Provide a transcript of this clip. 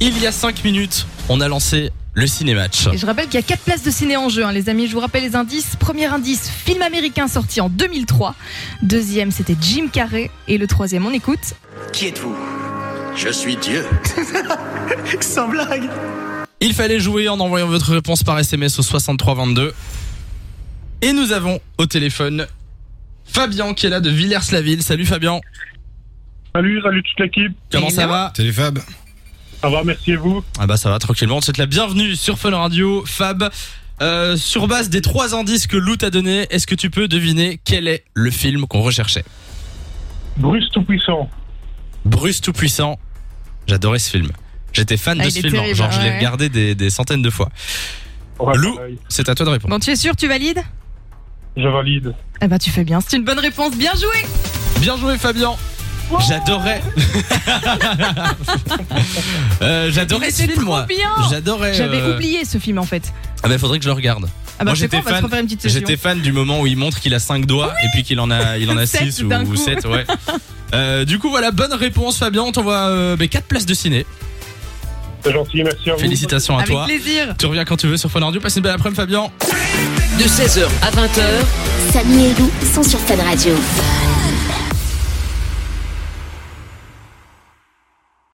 Il y a 5 minutes, on a lancé le cinématch. Et je rappelle qu'il y a quatre places de ciné en jeu, hein, les amis. Je vous rappelle les indices. Premier indice, film américain sorti en 2003. Deuxième, c'était Jim Carrey. Et le troisième, on écoute. Qui êtes-vous Je suis Dieu. Sans blague. Il fallait jouer en envoyant votre réponse par SMS au 6322. Et nous avons au téléphone Fabien qui est là de Villers-la-Ville. Salut Fabien, Salut, salut toute l'équipe. comment ça va Salut Fab. Ça va, merci et vous. Ah bah ça va tranquillement, on te souhaite la bienvenue sur Fun Radio, Fab. Euh, sur base des trois indices que Lou t'a donné, est-ce que tu peux deviner quel est le film qu'on recherchait Bruce Tout-Puissant. Bruce Tout-Puissant, j'adorais ce film. J'étais fan Ah, de il ce est film, terrible, genre je l'ai ouais. regardé des, des centaines de fois. Ouais, Lou. pareil. C'est à toi de répondre. Bon, tu es sûr, tu valides Je valide. Eh ben, tu fais bien. C'est une bonne réponse. Bien joué Bien joué Fabien J'adorais Euh, J'adorais Mais ce c'est film trop moi bien J'adorais J'avais euh, oublié ce film en fait. Ah bah faudrait que je le regarde. Ah bah, Moi, je sais j'étais pas, on va se fan- refaire une petite session. J'étais fan du moment où il montre qu'il a 5 doigts et puis qu'il en a il en a Sept 6 d'un ou coup. 7 ouais. Euh, du coup voilà bonne réponse Fabien, on t'envoie 4 places de ciné. C'est gentil, merci à vous. Félicitations à Avec toi. plaisir. Tu reviens quand tu veux sur Fun Radio, passe une belle après-midi Fabien. De 16h à 20h, Samy et Lou sont sur Fan Radio.